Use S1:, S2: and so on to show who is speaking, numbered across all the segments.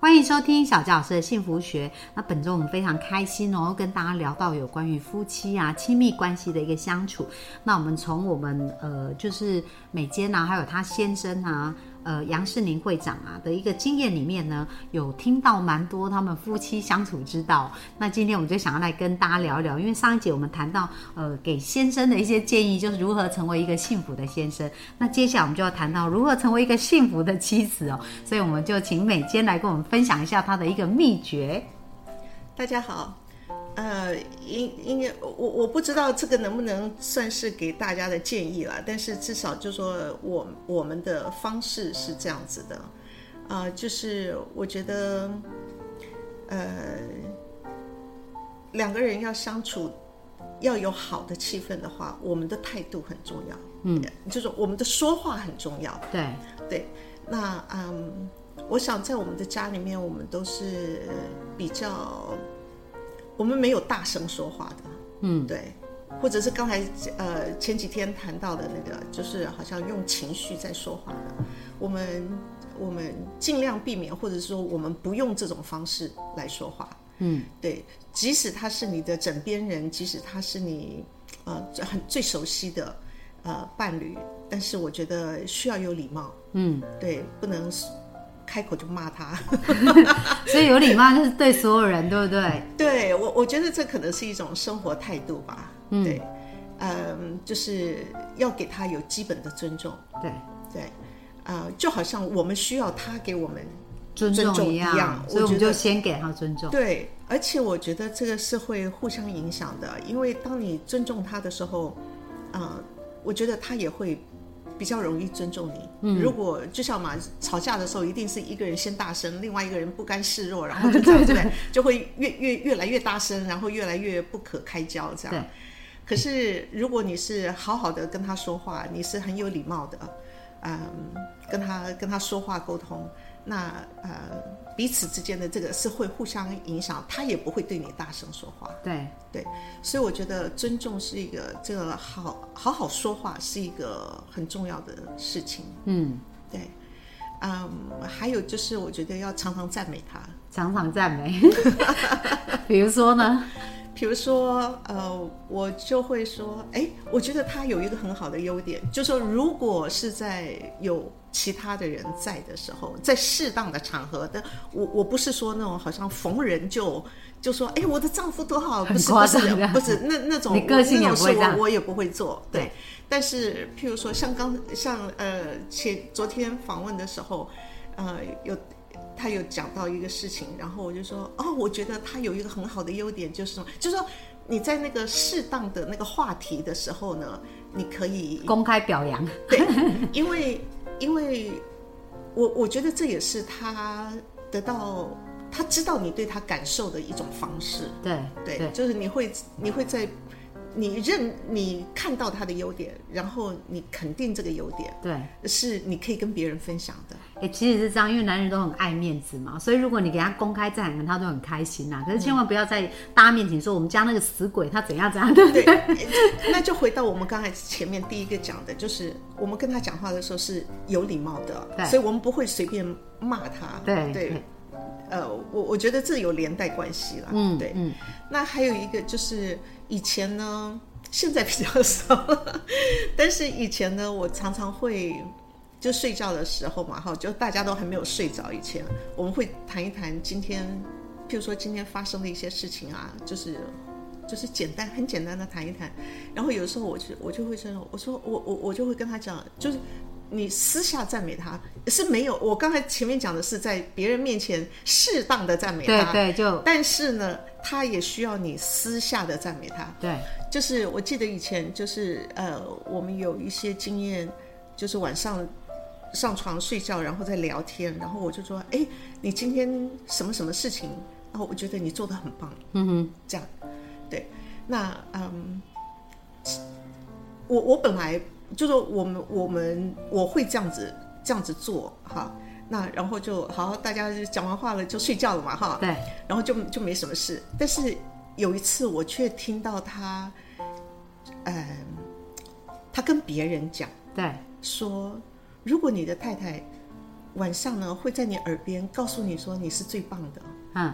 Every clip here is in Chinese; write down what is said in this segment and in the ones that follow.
S1: 欢迎收听小纪老师的幸福学。那本周我们非常开心哦，跟大家聊到有关于夫妻啊、亲密关系的一个相处。那我们从我们呃，就是美坚啊，还有她先生啊，呃，杨世宁会长啊的一个经验里面呢，有听到蛮多他们夫妻相处之道。那今天我们就想要来跟大家聊一聊，因为上一节我们谈到呃，给先生的一些建议，就是如何成为一个幸福的先生。那接下来我们就要谈到如何成为一个幸福的妻子哦，所以我们就请美坚来跟我们分享一下她的一个秘诀。
S2: 大家好，呃，应应该我我不知道这个能不能算是给大家的建议啦，但是至少就说我我们的方式是这样子的，啊、就是我觉得，呃，两个人要相处要有好的气氛的话，我们的态度很重要，嗯，就是我们的说话很重要，
S1: 对，
S2: 对，那嗯，我想在我们的家里面，我们都是呃比较，我们没有大声说话的，嗯，对，或者是刚才呃前几天谈到的那个，就是好像用情绪在说话的，我们我们尽量避免，或者说我们不用这种方式来说话，嗯，对，即使他是你的枕边人，即使他是你呃最很最熟悉的呃伴侣，但是我觉得需要有礼貌。
S1: 嗯，
S2: 对，不能开口就骂他。
S1: 所以有礼貌就是对所有人，对不对？
S2: 对我，我觉得这可能是一种生活态度吧。对，嗯，就是要给他有基本的尊重。
S1: 对，
S2: 对，呃，就好像我们需要他给我们。
S1: 尊
S2: 重
S1: 重一
S2: 一样
S1: 所以我
S2: 我
S1: 们就
S2: 觉得
S1: 先给他尊重。
S2: 对，而且我觉得这个是会互相影响的，因为当你尊重他的时候，呃，我觉得他也会。比较容易尊重你。如果就像嘛，吵架的时候一定是一个人先大声，另外一个人不甘示弱，然后就这样 对不对？就会越越越来越大声，然后越来越不可开交这
S1: 对
S2: 样。可是如果你是好好的跟他说话，你是很有礼貌的，嗯，跟他跟他说话沟通，那呃彼此之间的这个是会互相影响，他也不会对你大声说话。
S1: 对，
S2: 对，所以我觉得尊重是一个这个好好好说话是一个很重要的事情。
S1: 嗯，
S2: 对，嗯，还有就是我觉得要常常赞美他，
S1: 常常赞 美。比如说呢？
S2: 比如说呃，我就会说，哎，我觉得他有一个很好的优点，就说如果是在有其他的人在的时候，在适当的场合的，我我不是说那种好像逢人就就说，哎，我的丈夫多好，
S1: 很
S2: 不是
S1: 夸
S2: 不是
S1: 张的
S2: 不是那那 种
S1: 你个性也
S2: 那种
S1: 不会
S2: 事
S1: 这样
S2: 我我也不会做，对。
S1: 对
S2: 但是，譬如说像刚像呃前昨天访问的时候，呃有他有讲到一个事情，然后我就说哦，我觉得他有一个很好的优点，就是什么，就是说你在那个适当的那个话题的时候呢，你 可以
S1: 公开表扬。
S2: 对，因为因为我我觉得这也是他得到他知道你对他感受的一种方式。
S1: 对
S2: 对，就是你会你会在你认你看到他的优点，然后你肯定这个优点
S1: 对，
S2: 是你可以跟别人分享的。
S1: 哎、其实是这样，因为男人都很爱面子嘛，所以如果你给他公开赞扬，他都很开心啊
S2: 嗯
S1: 呐、可是千万不要在大家面前说我们家那个死鬼他怎样怎样 的。
S2: 对，呃那就回到我们刚才前面第一个讲的，就是我们跟他讲话的时候是有礼貌
S1: 对
S2: 的，所以我们不会随便骂他。
S1: 对
S2: 对，呃，我我觉得这有连带关系啦。
S1: 嗯，
S2: 对。
S1: 嗯，
S2: 那还有一个就是以前呢，现在比较 少了，但是以前呢，我常常会就睡觉的时候嘛，哈，就大家都还没有睡着以前，我们会谈一谈今天，譬如说今天发生的一些事情啊，就是。就是简单很简单的谈一谈，然后有时候我就我就会这样，我说我我我就会跟他讲，就是你私下赞美他是没有，我刚才前面讲的是在别人面前适当的赞美他，
S1: 对对，就
S2: 但是呢，他也需要你私下的赞美他。
S1: 对
S2: 就是呃我记得以前就是呃，我们有一些经验，就是晚上上床睡觉，然后再聊天，然后我就说，哎，你今天什么什么事情？然后我觉得你做的很棒，嗯哼，这样，对，那嗯，我我本来就是我们我们我会这样子这样子做哈。那然后就好，大家就讲完话了就睡觉了嘛哈。
S1: 对，
S2: 然后就就没什么事。但是有一次我却听到他，嗯，他跟别人讲
S1: 对，
S2: 说，如果你的太太晚上呢会在你耳边告诉你说你是最棒的，
S1: 嗯，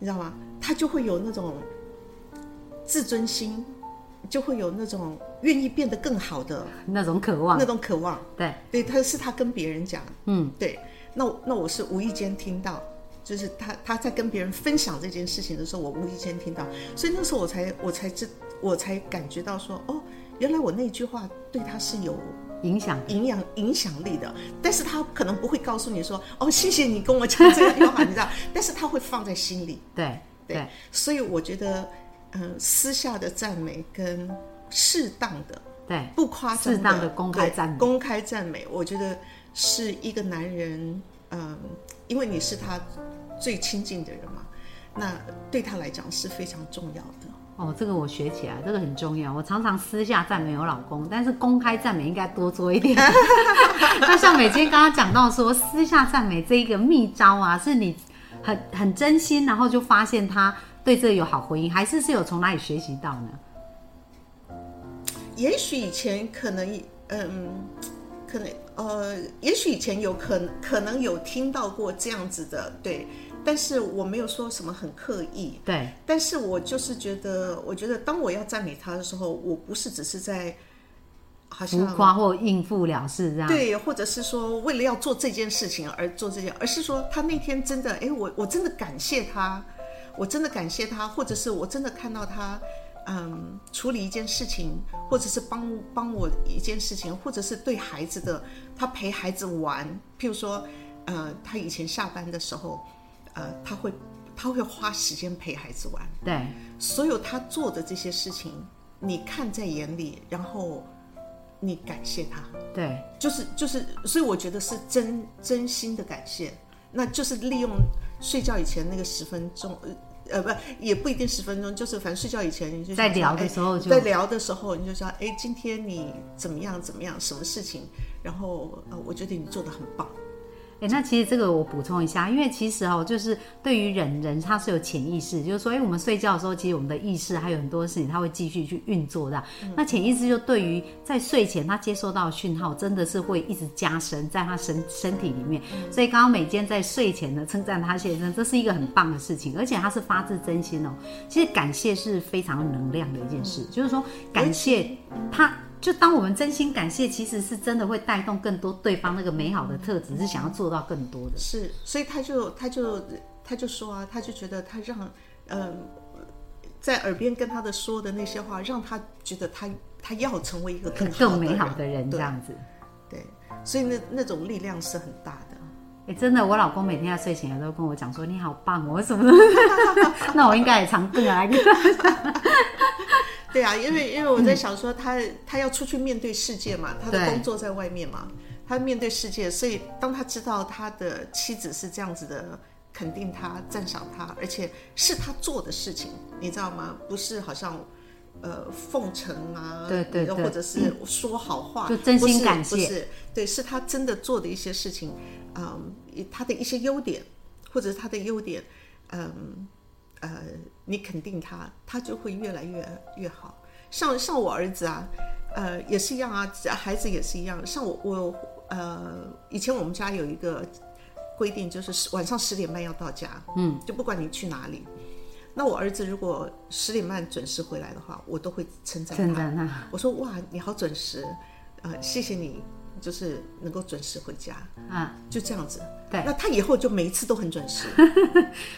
S2: 你知道吗？他就会有那种自尊心，就会有那种愿意变得更好的
S1: 那种渴望
S2: 那，种渴望。
S1: 对，
S2: 对，他是他跟别人讲，
S1: 嗯，
S2: 对，那我那我是无意间听到，就是他他在跟别人分享这件事情的时候，我无意间听到，所以那时候我才我才知我才感觉到说，哦，原来我那句话对他是有
S1: 影响，
S2: 影响影响力的，但是他可能不会告诉你说，哦，谢谢你跟我讲这句话，你 知道，但是他会放在心里，
S1: 对
S2: 对，
S1: 对，
S2: 所以我觉得，嗯、私下的赞美跟适当的
S1: 对，
S2: 不夸张
S1: 适当的公开
S2: 对
S1: 赞美
S2: 公开赞美，我觉得是一个男人，嗯，因为你是他最亲近的人嘛，那对他来讲是非常重要的。
S1: 哦，这个我学起来，这个很重要。我常常私下赞美我老公，但是公开赞美应该多做一点。 那像美娟刚刚讲到说，私下赞美这一个秘招啊，是你很很真心，然后就发现他对这有好回应，还是是有从哪里学习到呢？
S2: 也许以前可能，嗯，可能呃，也许以前有可能可能有听到过这样子的，对，但是我没有说什么很刻意，
S1: 对
S2: 但是我就是觉得，我觉得当我要赞美他的时候，我不是只是在好
S1: 浮
S2: 像
S1: 夸或应付了事这样。
S2: 对，或者是说为了要做这件事情而做这件，而是说他那天真的，哎，我我真的感谢他，我真的感谢他，或者是我真的看到他，嗯，处理一件事情，或者是帮帮我一件事情，或者是对孩子的，他陪孩子玩，譬如说，呃，他以前下班的时候，呃，他会他会花时间陪孩子玩。
S1: 对
S2: 所有他做的这些事情，你看在眼里，然后你感谢他，
S1: 对
S2: 就是就是，所以我觉得是真真心的感谢，那就是利用睡觉以前那个十分钟，呃，不也不一定十分钟，就是反正睡觉以前你就
S1: 在
S2: 想说
S1: 聊的
S2: 哎
S1: 时候就
S2: 在聊的时候你就说，哎，今天你怎么样怎么样，什么事情，然后呃，我觉得你做的很棒，
S1: 哎、那其实这个我补充一下，因为其实哦，就是对于人，人他是有潜意识，就是说，哎、我们睡觉的时候，其实我们的意识还有很多事情，他会继续去运作的。那潜意识就对于在睡前他接收到的讯号，真的是会一直加深在他身身体里面。所以刚刚美健在睡前呢称赞他先生，这是一个很棒的事情，而且他是发自真心哦。其实感谢是非常有能量的一件事，
S2: 嗯
S1: 就是说感谢他。就当我们真心感谢，其实是真的会带动更多对方那个美好的特质，是想要做到更多的。
S2: 是，所以他就他就他就说啊，他就觉得他让嗯、在耳边跟他的说的那些话，让他觉得他他要成为一个更好
S1: 更美好
S2: 的
S1: 的人这
S2: 对
S1: 样子。
S2: 对，所以那那种力量是很大的。
S1: 哎、真的，我老公每天在睡前也都跟我讲说：“你好棒哦，我什么？” 那我应该也常更来跟他
S2: 对啊，因为因为我在想说他，他要出去面对世界嘛，他的
S1: 对
S2: 工作在外面嘛，他面对世界，所以当他知道他的妻子是这样子的肯定他、赞赏他，而且是他做的事情，你知道吗？不是好像。呃，奉承啊，
S1: 对对
S2: 你知道
S1: 对
S2: 或者是说好话，
S1: 就真心
S2: 不是
S1: 感谢
S2: 不是，对，是他真的做的一些事情，嗯，他的一些优点，或者是他的优点，嗯，呃，你肯定他，他就会越来越越好。像像我儿子啊，呃，也是一样啊，孩子也是一样。像我我呃，以前我们家有一个规定，就是十晚上十点半要到家，嗯，就不管你去哪里。那我儿子如果十点半准时回来的话，我都会称赞
S1: 称
S2: 他。
S1: 赞他。
S2: 我说哇，你好准时，呃，谢谢你，就是能够准时回家，
S1: 嗯，
S2: 就这样子。
S1: 对
S2: 那他以后就每一次都很 准时。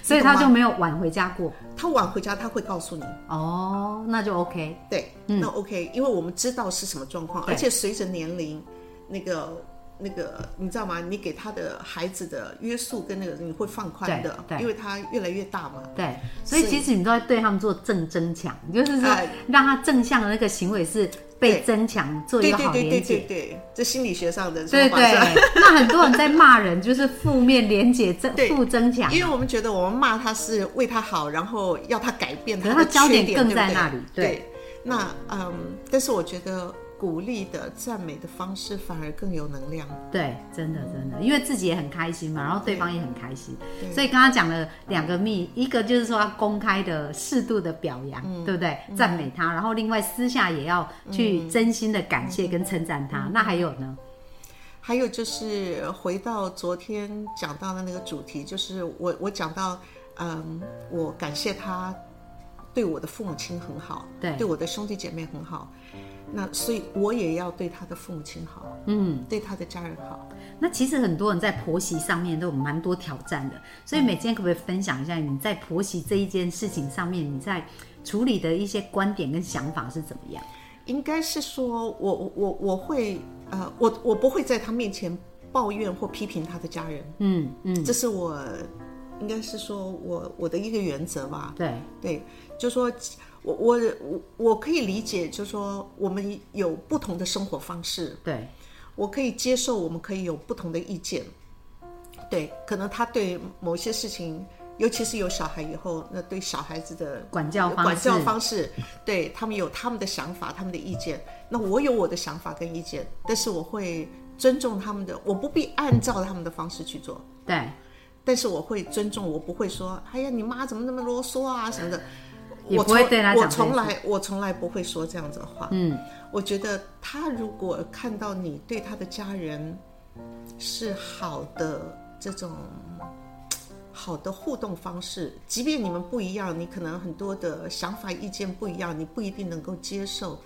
S1: 所以他就没有晚回家过。
S2: 他晚回家他会告诉你，
S1: 哦，那就 OK。
S2: 对，
S1: 嗯
S2: 那 OK，因为我们知道是什么状况，而且随着年龄，那个那个，你知道吗？你给他的孩子的约束跟那个你会放宽的
S1: 对，对
S2: 因为他越来越大嘛。
S1: 对，所以
S2: 是
S1: 其实你都在对他们做正增强，就是说
S2: 哎
S1: 让他正向的那个行为是被
S2: 对
S1: 增强，做一
S2: 对
S1: 个
S2: 对
S1: 好
S2: 对对
S1: 连
S2: 对
S1: 接。
S2: 对，这心理学上的说
S1: 对
S2: 法
S1: 对
S2: 是，
S1: 那很多人在骂人，就是负面连结增
S2: 对
S1: 负增强，
S2: 因为我们觉得我们骂他是为他好，然后要他改变
S1: 可是
S2: 的
S1: 他焦
S2: 缺
S1: 点
S2: 点
S1: 更
S2: 对不
S1: 在
S2: 对
S1: 那里对
S2: 对，那嗯，但是我觉得鼓励的、赞美的方式，反而更有能量。
S1: 对，真的真的，因为自己也很开心嘛，然后对方也很开心，
S2: 对
S1: 所以刚刚讲了两个密，一个就是说要公开的、适度的表扬，
S2: 嗯
S1: 对不对？赞美他，然后另外私下也要去
S2: 嗯
S1: 真心的感谢跟称赞他。那还有呢？
S2: 还有就是回到昨天讲到的那个主题，就是我我讲到，嗯，我感谢他对我的父母亲很好，
S1: 对
S2: 对我的兄弟姐妹很好，那所以我也要对他的父母亲好，
S1: 嗯，
S2: 对他的家人好。
S1: 那其实很多人在婆媳上面都有蛮多挑战的，所以
S2: 嗯
S1: 美健可不可以分享一下你在婆媳这一件事情上面，你在处理的一些观点跟想法是怎么样？
S2: 应该是说我我我我会呃，我我不会在他面前抱怨或批评他的家人，
S1: 嗯嗯，
S2: 这是我应该是说我我的一个原则吧。
S1: 对，
S2: 对，就说我我我我可以理解，就说我们有不同的生活方式，
S1: 对，
S2: 我可以接受，我们可以有不同的意见。对，可能他对某些事情，尤其是有小孩以后，那对小孩子的
S1: 管教方式，
S2: 管教方式，对他们有他们的想法、他们的意见，那我有我的想法跟意见，但是我会尊重他们的，我不必按照他们的方式去做，
S1: 对，
S2: 但是我会尊重，我不会说，哎呀，你妈怎么那么啰嗦啊什么的。
S1: 也
S2: 我
S1: 不会
S2: 从
S1: 对他
S2: 我
S1: 讲这
S2: 从
S1: 件
S2: 来我从来不会说这样子的话。
S1: 嗯，
S2: 我觉得他如果看到你对他的家人是好的这种好的互动方式，即便你们不一样，你可能很多的想法、意见不一样，你不一定能够接受。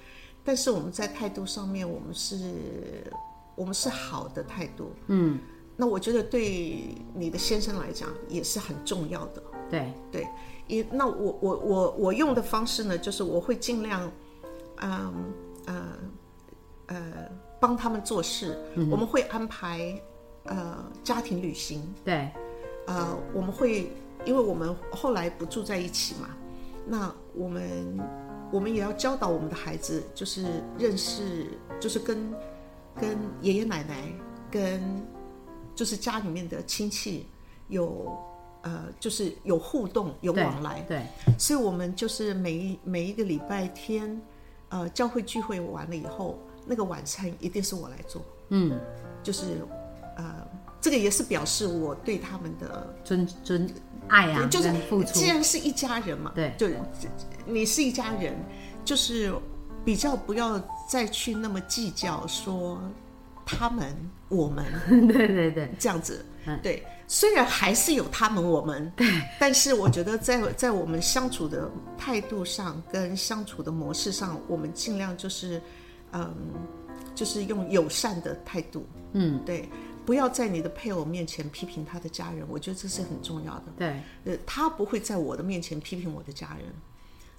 S2: 但是我们在态度上面，我们是，我们是好的态度。
S1: 嗯，
S2: 那我觉得对你的先生来讲也是很重要的。
S1: 对，
S2: 对，也那我我我我用的方式呢，就是我会尽量，嗯呃呃帮他们做事，我们会安排呃家庭旅行，
S1: 对，
S2: 呃我们会因为我们后来不住在一起嘛，那我们我们也要教导我们的孩子，就是认识，就是跟跟爷爷奶奶跟就是家里面的亲戚有。呃，就是有互动，有
S1: 对
S2: 往来，
S1: 对，
S2: 所以我们就是每一每一个礼拜天，呃，教会聚会完了以后，那个晚餐一定是我来做，
S1: 嗯，
S2: 就是呃，这个也是表示我对他们的，
S1: 尊尊爱啊，
S2: 就是
S1: 跟付出
S2: 既，然是一家人嘛，
S1: 对
S2: 就是你是一家人，就是比较不要再去那么计较说他们 我们
S1: 对对对，
S2: 这样子，
S1: 嗯
S2: 对，虽然还是有他们我们，对，但是我觉得在在我们相处的态度上跟相处的模式上，我们尽量就是，嗯，就是用友善的态度，
S1: 嗯，
S2: 对，不要在你的配偶面前批评他的家人，我觉得这是很重要的。
S1: 对
S2: 呃，他不会在我的面前批评我的家人，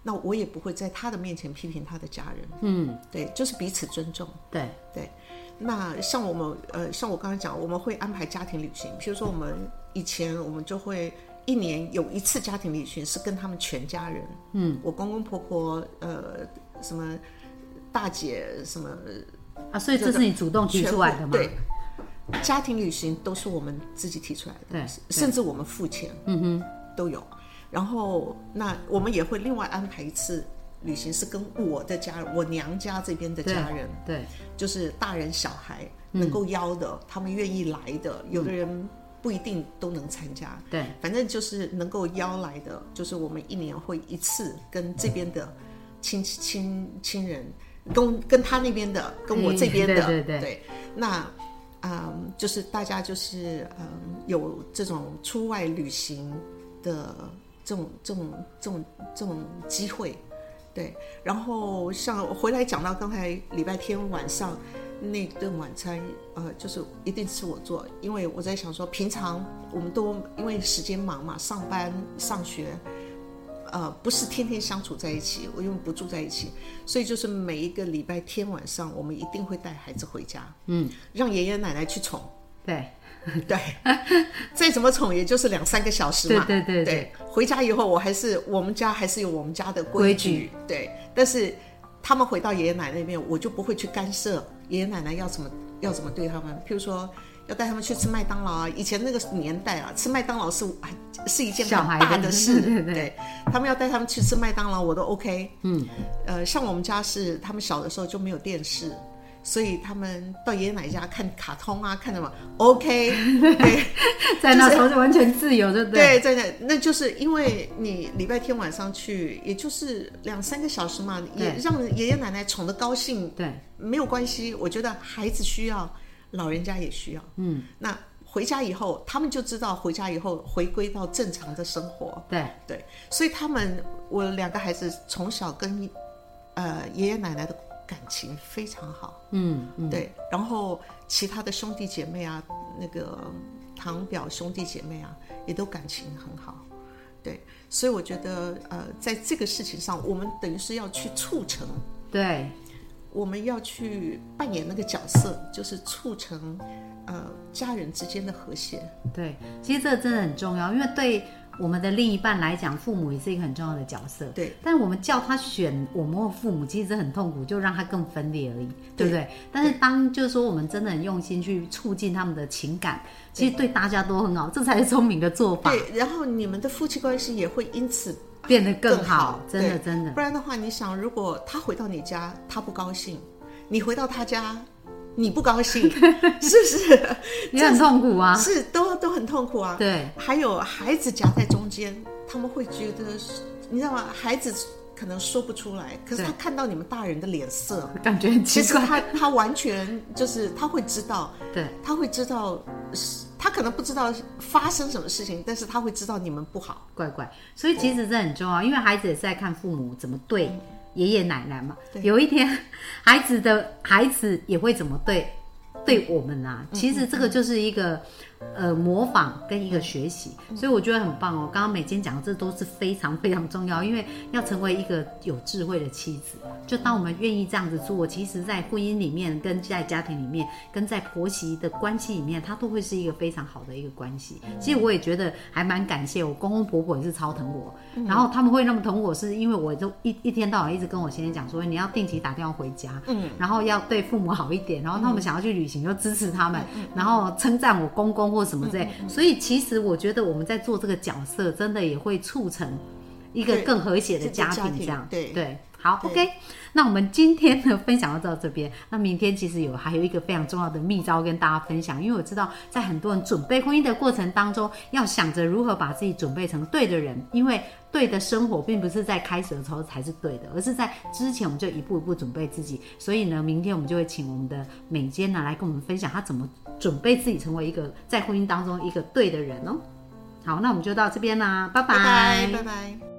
S2: 那我也不会在他的面前批评他的家人，嗯，对，就是彼此尊重。
S1: 对，
S2: 对，那像我们呃，像我刚才讲，我们会安排家庭旅行，比如说我们以前我们就会一年有一次家庭旅行是跟他们全家人，嗯，我公公婆婆呃什么大姐什么
S1: 啊，所以这是你主动提
S2: 全
S1: 出
S2: 部
S1: 来的嘛？
S2: 对。家庭旅行都是我们自己提出来的
S1: 对，
S2: 甚至我们付钱，嗯哼，都有。然后，那我们也会另外安排一次旅行，是跟我的家人，我娘家这边的
S1: 对
S2: 家人，
S1: 对
S2: 就是大人小孩能够邀的，他们愿意来的，有的人不一定都能参加。
S1: 对，
S2: 反正就是能够邀来的，就是我们一年会一次跟这边的亲戚亲亲人，跟跟他那边的，跟我这边的，
S1: 嗯对对对
S2: 那。嗯，就是大家就是嗯，有这种出外旅行的这种这种这种这种机会，对。然后像回来讲到刚才礼拜天晚上那顿晚餐，呃，就是一定是我做，因为我在想说，平常我们都因为时间忙嘛，上班上学，呃，不是天天相处在一起，我因为不住在一起，所以就是每一个礼拜天晚上，我们一定会带孩子回家，嗯，让爷爷奶奶去宠。
S1: 对
S2: 对，再怎么宠也就是两三个小时嘛。
S1: 对对对
S2: 回家以后我还是我们家还是有我们家的规矩，
S1: 规矩
S2: 对。但是他们回到爷爷奶奶那边，我就不会去干涉爷爷奶奶要怎么要怎么对他们。譬如说要带他们去吃麦当劳啊。以前那个年代啊，吃麦当劳是哎是一件
S1: 小孩
S2: 很大
S1: 的
S2: 的事，
S1: 对对对
S2: 他们要带他们去吃麦当劳，我都 OK。
S1: 嗯，
S2: 呃，像我们家是他们小的时候就没有电视，所以他们到爷爷奶奶家看卡通啊，看什么 OK，对
S1: 在那时候就完全自由，对不对？
S2: 对，在那那就是因为你礼拜天晚上去，也就是两三个小时嘛，也
S1: 对
S2: 让爷爷奶奶宠得高兴，
S1: 对
S2: 没有关系，我觉得孩子需要，老人家也需要。
S1: 嗯，
S2: 那回家以后，他们就知道回家以后回归到正常的生活。
S1: 对
S2: 对，所以他们我两个孩子从小跟呃爷爷奶奶的感情非常好。
S1: 嗯嗯，
S2: 对，然后其他的兄弟姐妹啊，那个堂表兄弟姐妹啊，也都感情很好。对，所以我觉得呃，在这个事情上，我们等于是要去促成。
S1: 对
S2: 我们要去扮演那个角色，就是促成呃家人之间的和谐。
S1: 对，其实这真的很重要，因为对我们的另一半来讲，父母也是一个很重要的角色。
S2: 对，
S1: 但我们叫他选我们或父母，其实很痛苦，就让他更分裂而已，对
S2: 对
S1: 不对？但是当就是说我们真的很用心去促进他们的情感，其实对大家都很好，这才是聪明的做法，
S2: 对，然后你们的夫妻关系也会因此
S1: 变得更
S2: 更
S1: 好
S2: 好，
S1: 真的
S2: 对
S1: 真的
S2: 不，然的话，你想，如果他回到你家，他不高兴；你回到他家，你不高兴， 是不是？
S1: 也很痛苦啊。
S2: 是都都很痛苦啊。
S1: 对
S2: 还有孩子夹在中间，他们会觉得是，你知道吗？孩子可能说不出来，可是
S1: 对
S2: 他看到你们大人的脸色，
S1: 感觉很
S2: 其
S1: 奇
S2: 实
S1: 怪。
S2: 他他完全就是他会知道，
S1: 对
S2: 他会知道，是他可能不知道发生什么事情，但是他会知道你们不好。
S1: 怪怪，所以其实这很重要，因为孩子也是在看父母怎么对爷爷奶奶嘛。有一天，孩子的孩子也会怎么对对我们啊。其实这个就是一个呃模仿跟一个学习，所以我觉得很棒哦。刚刚美娟讲的这都是非常非常重要，因为要成为一个有智慧的妻子，就当我们愿意这样子做，其实，在婚姻里面、跟在家庭里面、跟在婆媳的关系里面，它都会是一个非常好的一个关系。其实我也觉得还蛮感谢我公公婆婆也是超疼我，然后他们会那么疼我，是因为我都一一天到晚一直跟我先生讲说，你要定期打电话回家，嗯，然后要对父母好一点，然后他们想要去旅行就支持他们，然后称赞我公公或什么之类。所以其实我觉得我们在做这个角色，真的也会促成一个
S2: 对
S1: 更和谐的
S2: 这个
S1: 家
S2: 家
S1: 庭，
S2: 庭
S1: 这样
S2: 对
S1: 对。好
S2: 对
S1: ，OK，那我们今天的分享就到这边。那明天其实有还有一个非常重要的秘招跟大家分享，因为我知道在很多人准备婚姻的过程当中，要想着如何把自己准备成对的人，因为对的生活并不是在开始的时候才是对的，而是在之前我们就一步一步准备自己。所以呢，明天我们就会请我们的美娟呢来跟我们分享她怎么准备自己成为一个在婚姻当中一个对的人哦。好，那我们就到这边啦，拜
S2: 拜拜，拜拜。